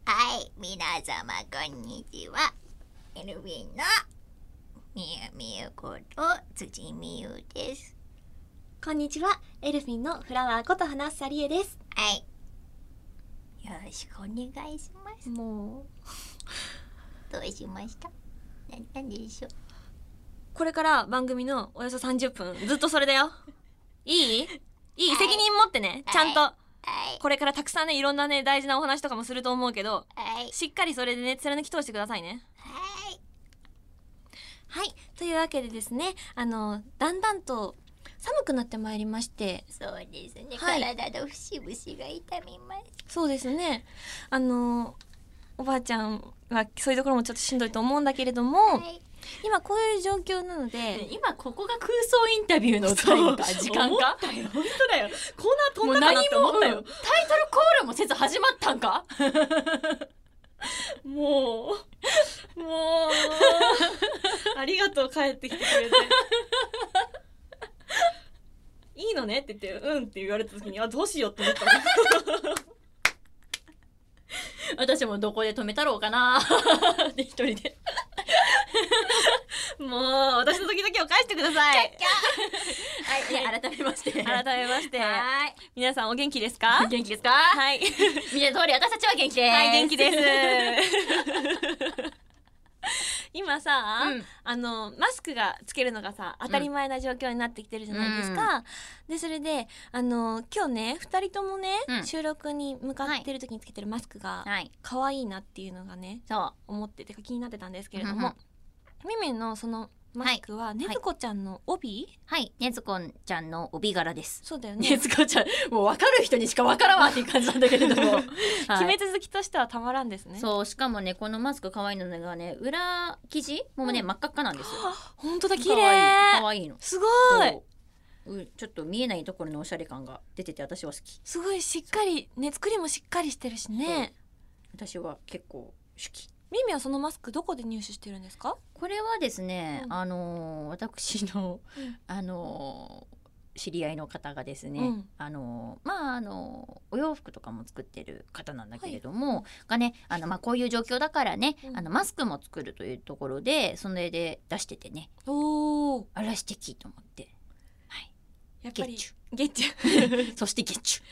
皆様こんにちは。エルヴィンのみゆみゆこと辻みゆです。こんにちは、エルフィンのフラワーこと花さりえです。はい。よろしくお願いします。もうどうしましたななんでしょうこれから番組のおよそ30分ずっとそれだ よ。いい？いはいい責任持ってね。ちゃんはとはい。これからたくさんねいろんなね大事なお話とかもすると思うけど、はい。しっかりそれでね貫き通してくださいね。はい。はい。というわけでですね、あのだんだんと寒くなってまいりまして、そうですね。はい体の節々が痛みます。そうですね。あのおばあちゃんはそういうところもちょっとしんどいと思うんだけれども、い。今こういう状況なので。ね今ここが空想インタビューのタイムかそう時間思か本当だよこんな飛んだかなって思ったよもタイトルコールもせず始まったんか も う、もう、ありがとう、帰ってきてくれて。いいのねって言って、うんって言われた時に、あ、どうしようって思ったの。 私もどこで止めたろうかなで一人でもう、私の時々を返してください。はい改めまして改めまして、はい皆さんお元気ですか元気ですかはい。見ての通り私たちは元気ですはい、元気です う。今さ、んあのマスクがつけるのがさ当たり前な状況になってきてるじゃないですか、でそれであの今日ね2人ともね、うん収録に向かってる時につけてるマスクがはい可愛いなっていうのがねそ思っててか気になってたんですけれどうんうも、みみのそのマスクはねずこちゃんの帯、はいねずこちゃんの帯柄ですそうだよ ねねずこちゃんもう分かる人にしか分からんわっていう感じなんだけれども決 はいめ続きとしてはたまらんですねそうしかもねこのマスク可愛いのがね裏生地もね、うん真っ赤っかなんですよ本当だ綺可愛い可麗愛いのすごいそううんちょっと見えないところのおしゃれ感が出てて私は好きすごいしっかりね作りもしっかりしてるしね私は結構好きみみはそのマスクどこで入手してるんですかこれはですね、うんあのー私の、うんあのー知り合いの方がですね、うんあのーまああのーお洋服とかも作ってる方なんだけれども、がねあの、まあ、こういう状況だからね、うんあのマスクも作るというところでそれで出しててねおおあらしてきと思 ってやっぱゲりッチゲッチュ ュそしてゲッチュ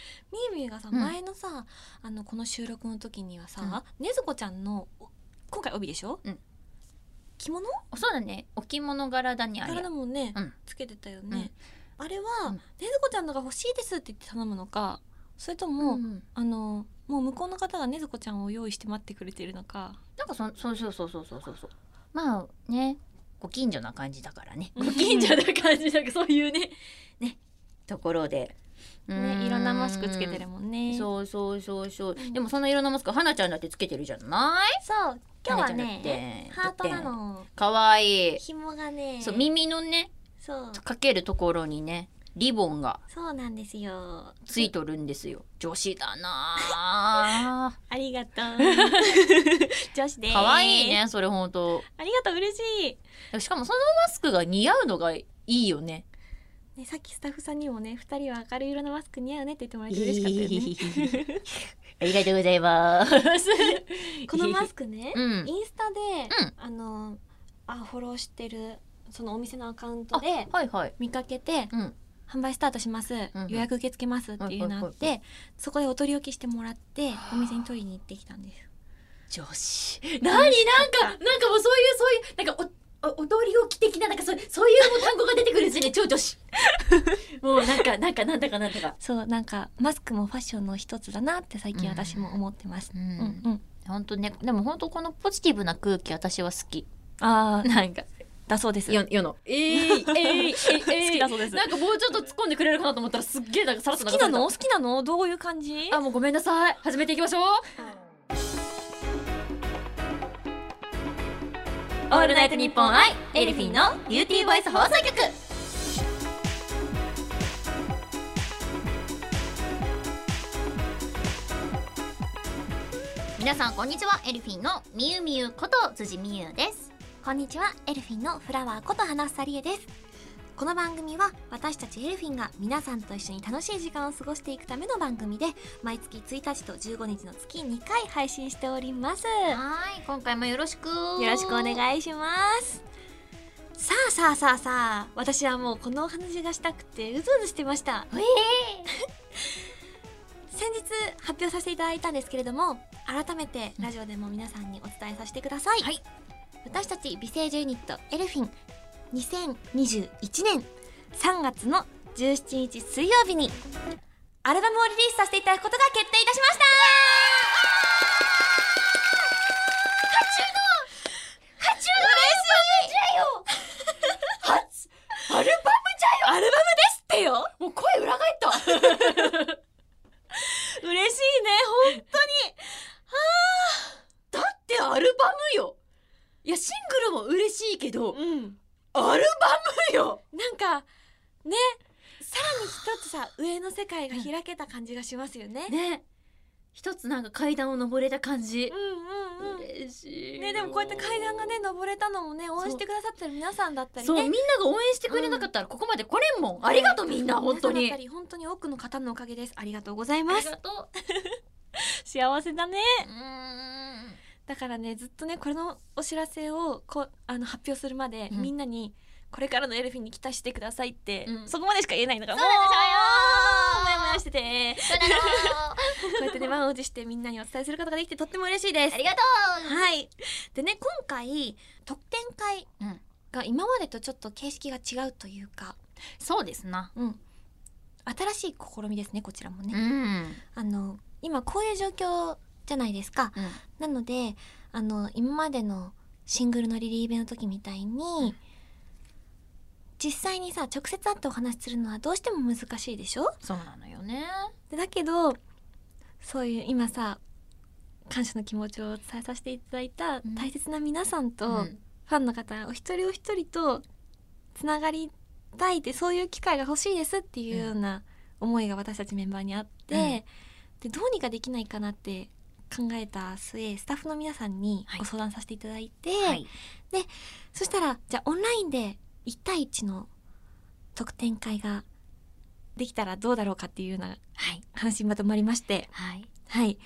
みーみーがさ、うん前のさあのこの収録の時にはさ、ねずこちゃんのお今回帯でしょ、うん着物そうだね置物柄だにあれ体もね、うんつけてたよね、あれは、うんねずこちゃんのが欲しいですって言って頼むのかそれとも、うんあのもう向こうの方がねずこちゃんを用意して待ってくれてるのかなんかそそうそうそうそうそうそうそうまあねご近所な感じだからねうんご近所な感じだからそういうねねところでねいろんなマスクつけてるももんねうそうそうそうそう、うんでもそのいろんなマスクはなちゃんだってつけてるじゃないそう今日は花ちゃんだっねてハートなのかわいい、紐がねそう耳のねそうかけるところにねリボンがそうなんですよついとるんですよ女子だな あありがとう。 女子です。かわいい。ねそれほんとありがとう、嬉ししかもそのマスクが似合うのがいいよねい。ね、さっきスタッフさんにもね、二人は明るい色のマスク似合うねって言ってもらえて嬉しかったよね。 ありがとうござい ます。このマスクね、うんインスタで、うんあの、あ、フォローしてる、そのお店のアカウントで。はいはい。見かけて、うん。販売スタートします、うん予約受け付けますっていうのあって、はそこでお取り置きしてもらってお店に取りに行ってきたんです女子。なになんか、なんかもうそういう、そういう、なんかお、お、踊り置き的な、なんかそう、そういうもう単語が出てくるん ですね、超女子。もうなんか、なんか、なんだかなんだか。そうなんかマスクもファッションの一つだなって最近私も思ってます、ううんうんん。本当ね、でも本当このポジティブな空気、私は好き。ああなんか、だそうです世の。えい、えい、え い、好きだそうですなんかもうちょっと突っ込んでくれるかなと思ったら、すっげえ、なんかさらっと好流きされたなの好きなのどういう感じあもうごめんなさい始めていきましょう「オールナイトニッポンアイエルフィンのビューティーボイス放送局」皆さんこんにちはエルフィンのみゆみゆこと辻みゆですこんにちはエルフィンのフラワーこと花さりえですこの番組は私たちエルフィンが皆さんと一緒に楽しい時間を過ごしていくための番組で毎月1日と15日の月2回配信しておりますよはい今回もよろしくよろしくお願いしますさあさあさあさあ私はもうこのお話がしたくてうずうずしてましたえ 先日発表させていただいたんですけれども改めてラジオでも皆さんにお伝えさせてください、はい私たち美声女ユニットエルフィン2021年3月の17日水曜日にアルバムをリリースさせていただくことが決定いたしましたハチュ初アルバムじゃアルバムですってよもう声裏返った嬉しいねほんだってアルバムよいやシングルも嬉しいけどうんアルバムよなんかねさらに一つさ上の世界が開けた感じがしますよねね一つなんか階段を登れた感じう、んうんうん嬉しいよね、でもこうやって階段がね登れたのもね応援してくださってる皆さんだったりそうみねんなが応援してくれなかったらここまで来れんもん、ありがとうみんな本当皆にさんだったり本当に多くの方のおかげですありがとうございあま りすがと幸せだねーんだからねずっとねこれのお知らせをこうあの発表するまで、うんみんなにこれからのエルフィンに期待してくださいって、うんそこまでしか言えないんだからそうなんですよもうもやもやしててそうなのこうやってね満を持してみんなにお伝えすることができてとっても嬉しいですありがとうはい。でね、今回、特典会うんが今までとちょっと形式が違うというか、そうですなうん。新しい試みですね、こちらもね。んあの、今こういう状況じゃないですか。うんなので、あの、今までのシングルのリリーベの時みたいに、実際にさ、直接会ってお話しするのはどうしても難しいでしょそうなのよねでだけどそういう今さ感謝の気持ちを伝えさせていただいたん大切な皆さんと、うんファンの方お一人お一人とつながりたいってそういう機会が欲しいですっていうような思いが私たちメンバーにあって、うんでどうにかできないかなって考えた末スタッフの皆さんにはいご相談させていただいて、はいそしたらじゃあオンラインで1対1の特典会ができたらどうだろうかっていうようなはい話にまとまりましてはいはい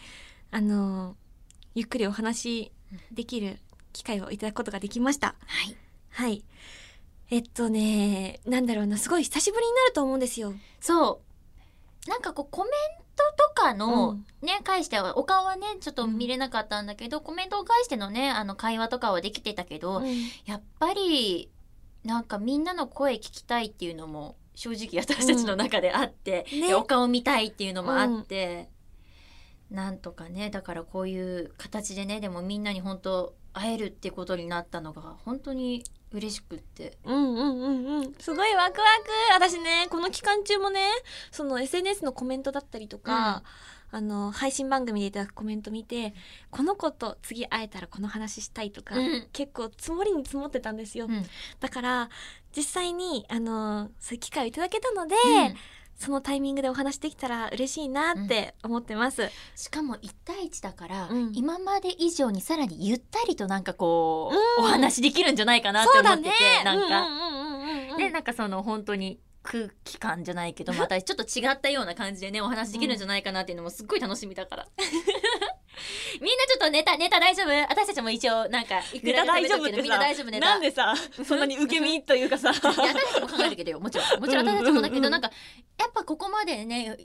あのーゆっくりお話しできる機会をいただくことができましたはいはいえっとねなんだろうなすごい久しぶりになると思うんですよそうなんかこうコメントとかの、うんね返してはお顔はねちょっと見れなかったんだけど、コメントを返してのねあの会話とかはできてたけど、やっぱりなんかみんなの声聞きたいっていうのも正直私たちの中であって、うんねでお顔見たいっていうのもあって、なんとかねだからこういう形でねでもみんなに本当会えるってことになったのが本当に嬉しくって。うんうんうんうんすごいワクワク私ねこの期間中もねその SNS のコメントだったりとか、あの配信番組でいただくコメント見てこの子と次会えたらこの話したいとか、うん結構積もりに積もってたんですよ、うんだから実際にあのそういう機会をいただけたので、うんそのタイミングでお話できたら嬉しいなって思ってます、しかも1対1だから、うん今まで以上にさらにゆったりとなんかこう、うんお話できるんじゃないかなってそう思だってて、ねなんか、うんうんうんうんうんでなんかその本当に空気感じゃないけどまたちょっと違ったような感じでねお話できるんじゃないかなっていうのもすっごい楽しみだから。 みんなちょっとネタネタ大丈夫私たちも一応なんかいくネらタで大食べ丈と夫くっけどてみんなさ大丈夫ネなタん。でさそんなに受け身というか さいや私たちも考えるけどよもちろんもちろん私たちもだけどなんかやっぱここまでね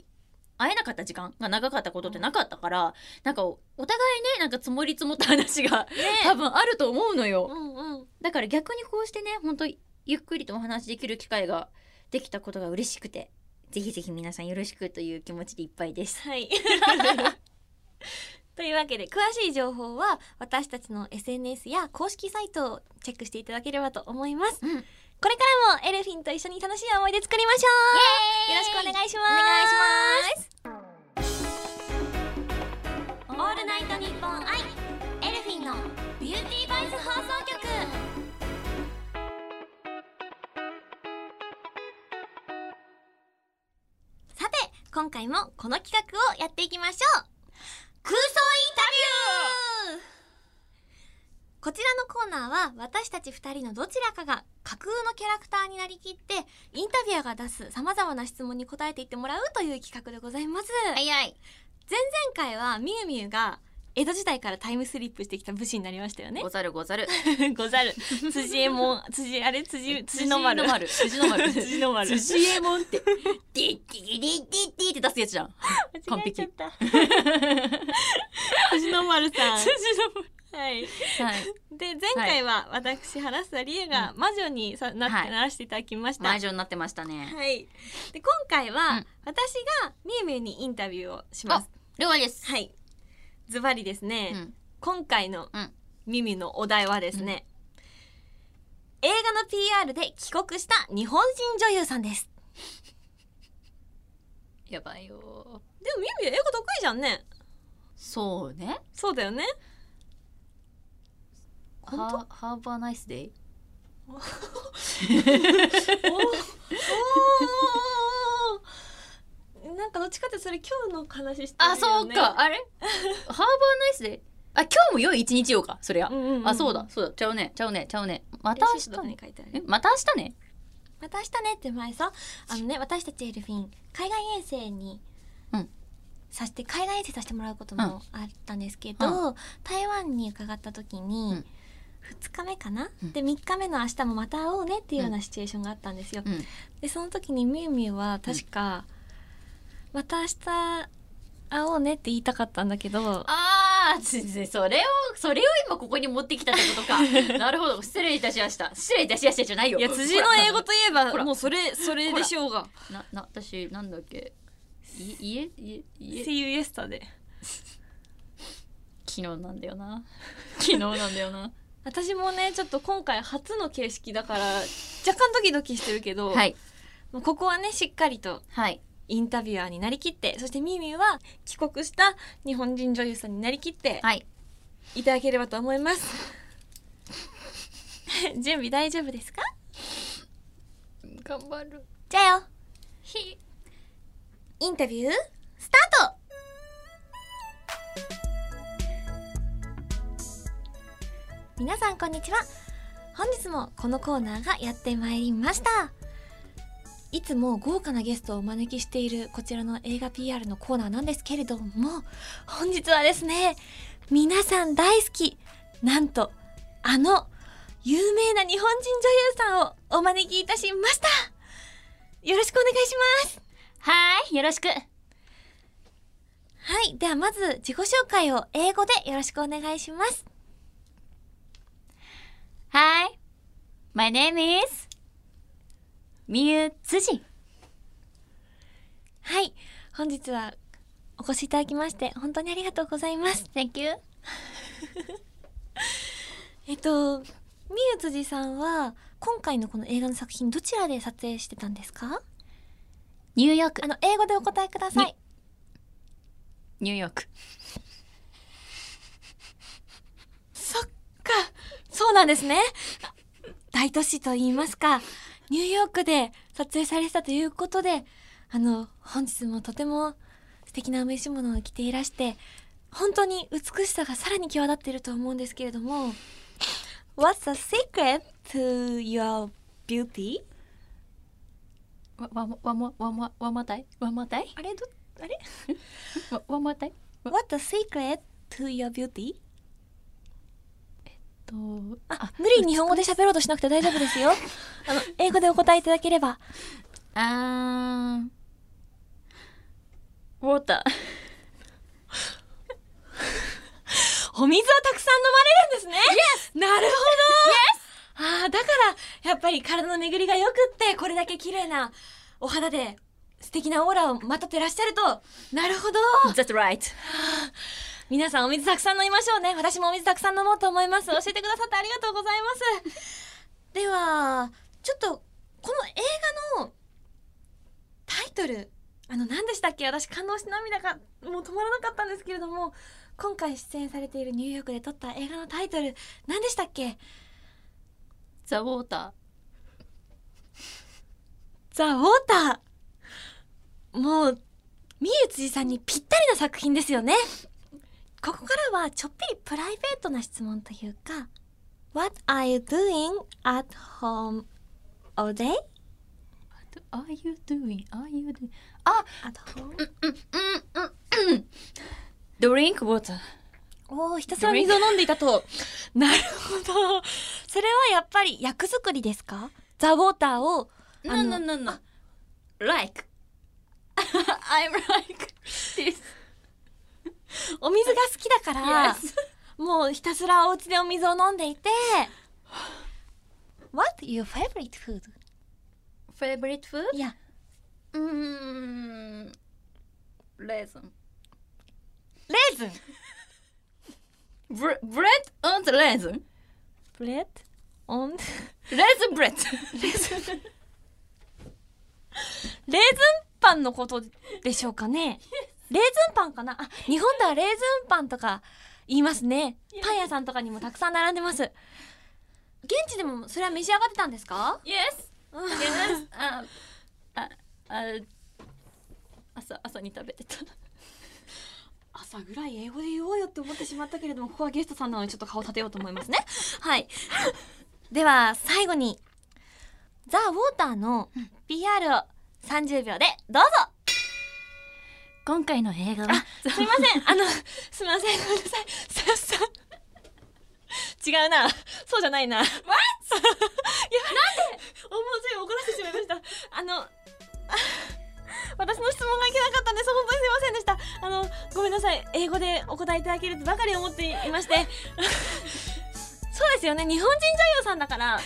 会えなかった時間が長かったことってなかったからなんかおお互いねなんか積もり積もった話が 多分あると思うのよ。うんうんだから逆にこうしてね本当ゆっくりとお話しできる機会ができたことが嬉しくてぜひぜひ皆さんよろしくという気持ちでいっぱいです。はい というわけで詳しい情報は私たちの SNS や公式サイトをチェックしていただければと思います、うんこれからもエルフィンと一緒に楽しい思い出作りましょうよろしくお願いしますお願いしますオールナイトニッポンアイエルフィンのビューティーバイス放送局さて今回もこの企画をやっていきましょう空想インタビューこちらのコーナーは私たち2人のどちらかが架空のキャラクターになりきってインタビュアーが出す様々な質問に答えていってもらうという企画でございます。早い前回はみゆみゆが江戸時代からタイムスリップしてきた武士になりましたよねご。ざるござるござる。 辻江門、辻、あれ、辻、辻の丸。辻の丸辻の 丸。 辻右衛門って ディッディッディッディッディって出すやつじゃん完璧間違えちゃった。 辻の丸 さん。辻の丸。はい。 はいで、前回は私、原沢理恵が魔女にさなっはていならしていただきました。魔女になってましたねはい。で、今回は、うん私がみゆみゆにインタビューをします。了解ですはい。ズバリですね。うん今回のうんミミのお題はですね、映画の PR で帰国した日本人女優さんです。やばいよでもミミ英語得意じゃんね。そうねそうだよ ね。ハーハーバーナイスデイおーなんかどっちかってそれ今日の話してるよ、ね。あそうかあれハーバーナイスデイあ今日も良い一日よかそりゃうんうんうん。あそうだそうだちゃうねちゃうねちゃうねまえ。またた明明日日ねに書いてあえる。また明日ねまた明日ねって前さあのね私たちエルフィン海外遠征にうんさして海外遠征させてもらうこともあったんですけど、台湾に伺った時うにん、 2日目かな、うんで3日目の明日もまた会おうねっていうようなシチュエーションがあったんですよ。うんでその時にみゆみゆは確か、また明日会おうねって言いたかったんだけどああ、全然それを、それを今ここに持ってきたってこと か。なるほど、失礼いたしました。失礼いたしましたじゃないよ。いや辻の英語と。といえほばらもうそれそれでしょうが。な、な、私、なんだっけ。い、家、家、家、昨 See you yesterday。日なんだよな。 昨日なんだよな。私もねちょっと今回初の形式だから若干ドキドキしてるけど、 はい。もうここはねしっかりとはい。インタビュアーになりきってそしてミーミーは帰国した日本人女優さんになりきってはい。いただければと思います 準備大丈夫ですか頑張る。じゃあよひ。インタビュースタート皆さんこんにちは本日もこのコーナーがやってまいりましたいつも豪華なゲストをお招きしているこちらの映画 PR のコーナーなんですけれども本日はですね皆さん大好きなんとあの有名な日本人女優さんをお招きいたしましたよろしくお願いしますはーい、よろしく。はい。ではまず自己紹介を英語でよろしくお願いします。 Hi, my name is みゆつじ。はい。本日はお越しいただきまして本当にありがとうございます。 Thank you. えっと、みゆつじさんは今回のこの映画の作品どちらで撮影してたんですかニューヨークあ。の、英語でお答えください。ニューヨーク。そっか。そうなんですね。大都市と言いますか、ニューヨークで撮影されてたということで、あの、本日もとても素敵なお召し物を着ていらして、本当に美しさがさらに際立っていると思うんですけれども、What's the secret to your beauty? わ、わも、わも、わも、わもたいわもたいあれど、あれわ、わもたい ?What's the secret to your beauty? と、あ、無理に日本語で喋ろうとしなくて大丈夫 ですよ。あの、英語でお答えいただければ。あーウォーター。お水をたくさん飲まれるんですねなるほどああだからやっぱり体の巡りが良くってこれだけ綺麗なお肌で素敵なオーラをまとってらっしゃるとなるほど That's right. 皆さんお水たくさん飲みましょうね私もお水たくさん飲もうと思います教えてくださってありがとうございますではちょっとこの映画のタイトルあの何でしたっけ私感動して涙がもう止まらなかったんですけれども今回出演されているニューヨークで撮った映画のタイトル何でしたっけ The water. ザ・ウォーターもうみゆつじさんにぴったりな作品ですよねここからはちょっぴりプライベートな質問というか What are you doing at home all day? Are you doing? Are you doing? At home? ドリンクウォーター。おーひたすら水を飲んでいたと。なるほど。それはやっぱり役作りですかザ・ウォーターを。 No, no, no, no. Like. I'm like this. お水が好きだから、 Yes. もうひたすらお家でお水を飲んでいて。What your favorite food? Favorite food? Yeah. うーん。レーズン。レーズン。ブレブレッド and レーズン。ブレッド オン。レーレーズンブレッズンパンのことでしょうかね。レーズンパンかなあ、日本ではレーズンパンとか言いますね。パン屋さんとかにもたくさん並んでます。現地でもそれは召し上がってたんですか Yes! Yes! あ、あ、あ、朝、朝に食べてた。朝ぐらい英語で言おうよって思ってしまったけれどもここはゲストさんなのでちょっと顔立てようと思いますねはいでは最後に「ザ・ウォーターの PR を30秒でどうぞ今回の映画は、すいませんあのすいませんごめんなさいさっさ違うなそうじゃないな What? いやなんで思うつい怒らせてしまいましたあのあ私の質問がいけなかったんです本当にすいませんでしたあのごめんなさい英語でお答えいただけるとばかり思っていまして そうですよね日本人女優さんだから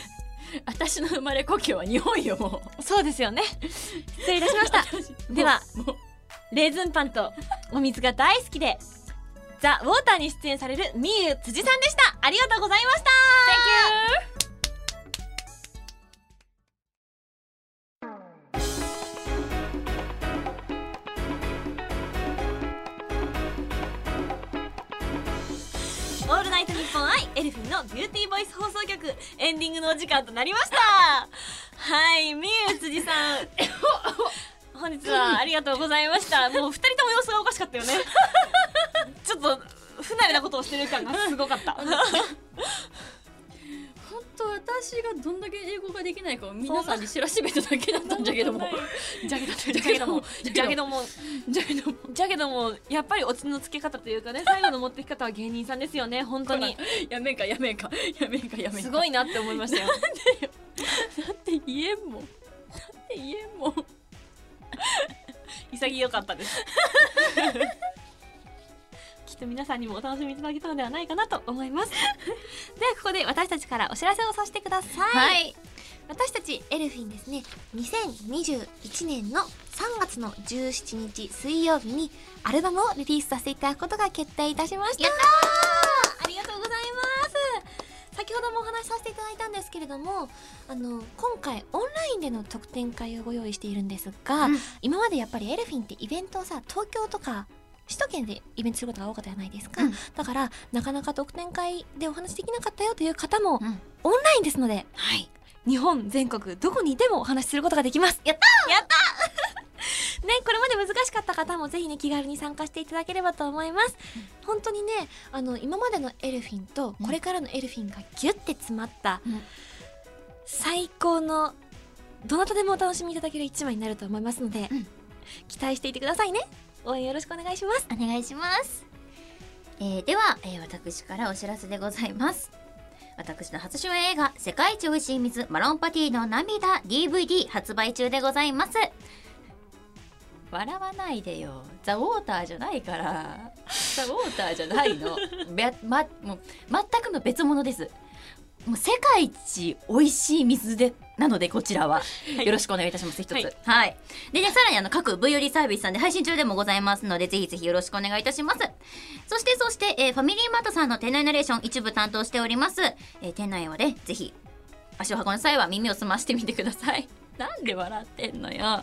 私の生まれ故郷は日本よ、もそうですよね失礼いたしましたう。ではもう、もうレーズンパンとお水が大好きでザ・ウォーターに出演されるみゆう辻さんでしたありがとうございました Thank you オールナイトニッポンアイエルフィンのビューティーボイス放送局エンディングのお時間となりましたはいみゆう辻さん本日はありがとうございましたもう二人とも様子がおかしか ったよねちょっと不慣れなことをしてる感がすごかった本当私がどんだけ英語ができないかを皆さんに知らしめただけだったんじゃけども。じゃけどじゃけどもじゃけどもじゃけども、じゃけどもやっぱりオチのつけ方というかね最後の持ってき方は芸人さんですよね本当にやめんかやめんか、やめんかやめんか。すごいなって思いましたよって言えんもん。なんて言えんもん。潔かったです きっと皆さんにもお楽しみいただけたのではないかなと思いますではここで私たちからお知らせをさせてください、はい。私たちエルフィンですね2021年の3月の17日水曜日にアルバムをリリースさせていただくことが決定いたしましたありがとうござい先ほどもお話しさせていただいたんですけれどもあの今回オンラインでの特典会をご用意しているんですが、うん今までやっぱりエルフィンってイベントをさ東京とか首都圏でイベントすることが多かったじゃないですか、うんだからなかなか特典会でお話しできなかったよという方も、うんオンラインですのではい。日本全国どこにいてもお話しすることができますやったやった ねこれまで難しかった方もぜひね気軽に参加していただければと思います本当にねあの今までのエルフィンとこれからのエルフィンがギュッて詰まった、うん最高のどなたでもお楽しみいただける一枚になると思いますので、うん期待していてくださいね応援よろしくお願いしますお願いします。えーでは、えー私からお知らせでございます。私の初主演映画、世界一美味しい水、マロンパティの涙、DVD 発売中でございます。笑わないでよ。ザ・ウォーターじゃない から。ザ・ウォーターじゃないの。べま、もう全くの別物です。もう世界一美味しい水で、なのでこちらは。いよろしくお願いいたします、一つ。はいはい。でね、さらにあの、各 V よりサービスさんで配信中でもございますので、ぜひぜひよろしくお願いいたします。そして、そして、えーファミリーマートさんの店内ナレーション一部担当しております。えー店内はね、ぜひ、足を運ぶ際は耳を澄ましてみてください。 なんで笑ってんのよ。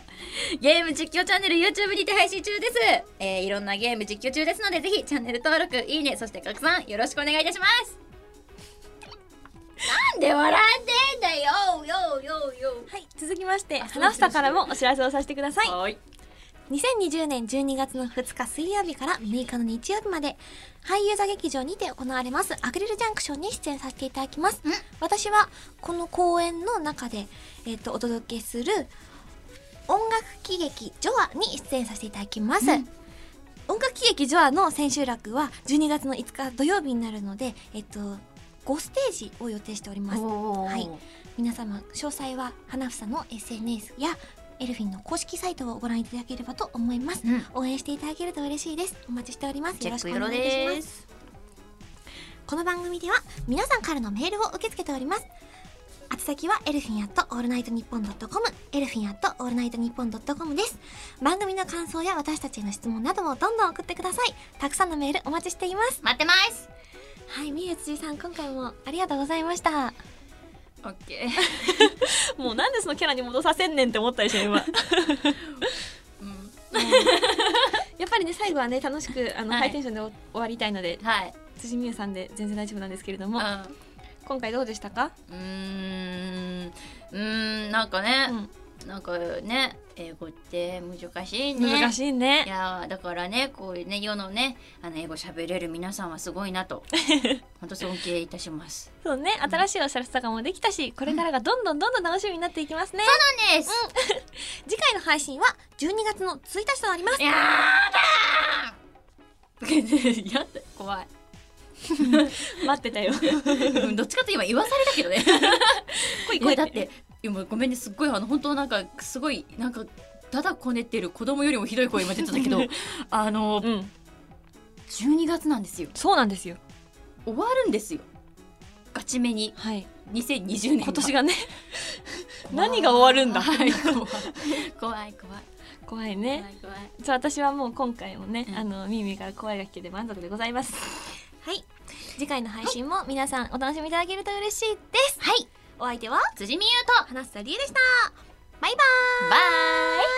ゲーム実況チャンネル YouTube にて配信中です。えーいろんなゲーム実況中ですので、ぜひチャンネル登録、いいね、そして拡散、よろしくお願いいたします。なんで笑ってんだよよよよはい続きましてあ花房からもお知らせをさせてくださいはい。 2020年12月の2日水曜日から6日の日曜日まで俳優座劇場にて行われますアクリルジャンクションに出演させていただきますうん私はこの公演の中で、えっとお届けする音楽喜劇「ジョア」に出演させていただきます、うん音楽喜劇「ジョア」の千秋楽は12月の5日土曜日になるので、えっと5ステージを予定しておりますおーはい皆様詳細は花房の SNS やエルフィンの公式サイトをご覧いただければと思いますうん応援していただけると嬉しいですお待ちしておりますチェよろッしくクおよろ願いいたしますですこの番組では皆さんからのメールを受け付けております宛先はエルフィンアットオールナイトニッポンドットコムエルフィンアットオールナイトニッポンドットコムです番組の感想や私たちへの質問などもどんどん送ってくださいたくさんのメールお待ちしています待ってますはいみゆつじさん今回もありがとうございましたオッケーもうなんでそのキャラに戻させんねんって思ったでしょ 今やうんっぱりね最後はね楽しくあの、はいハイテンションでお終わりたいのではい辻美優さんで全然大丈夫なんですけれどうもん今回どうでしたか、うーんうーんなんかね、なんかね英語って難しいね難しいねいやーだからねこういうね世のねあの英語喋れる皆さんはすごいな と本当尊敬いたします。そうね新しいお知らせとかもできたしこれからがどんどんどんどん楽しみになっていきますね、なんです。次回の配信は12月の1日となりますやだー。やだ怖い。 待ってた よ うんどっちかって今言わされたけ どね。来いいや来いだって今ごめんねすっごいあの本当なんかすごいなんかだだこねてる子供よりもひどい声今出て たけどあのうん12月なんですよそうなんですよ終わるんですよガチめにはい2020年今年が がね何が終わるんだはい怖い怖い怖い 怖いね怖い怖いじゃあ私はもう今回もね、うんあのミーミーから怖いが聞けて満足でございますはい次回の配信も皆さんお楽しみいただけると嬉しいですはいお相手は辻美優花房理恵でしたバイバイバイ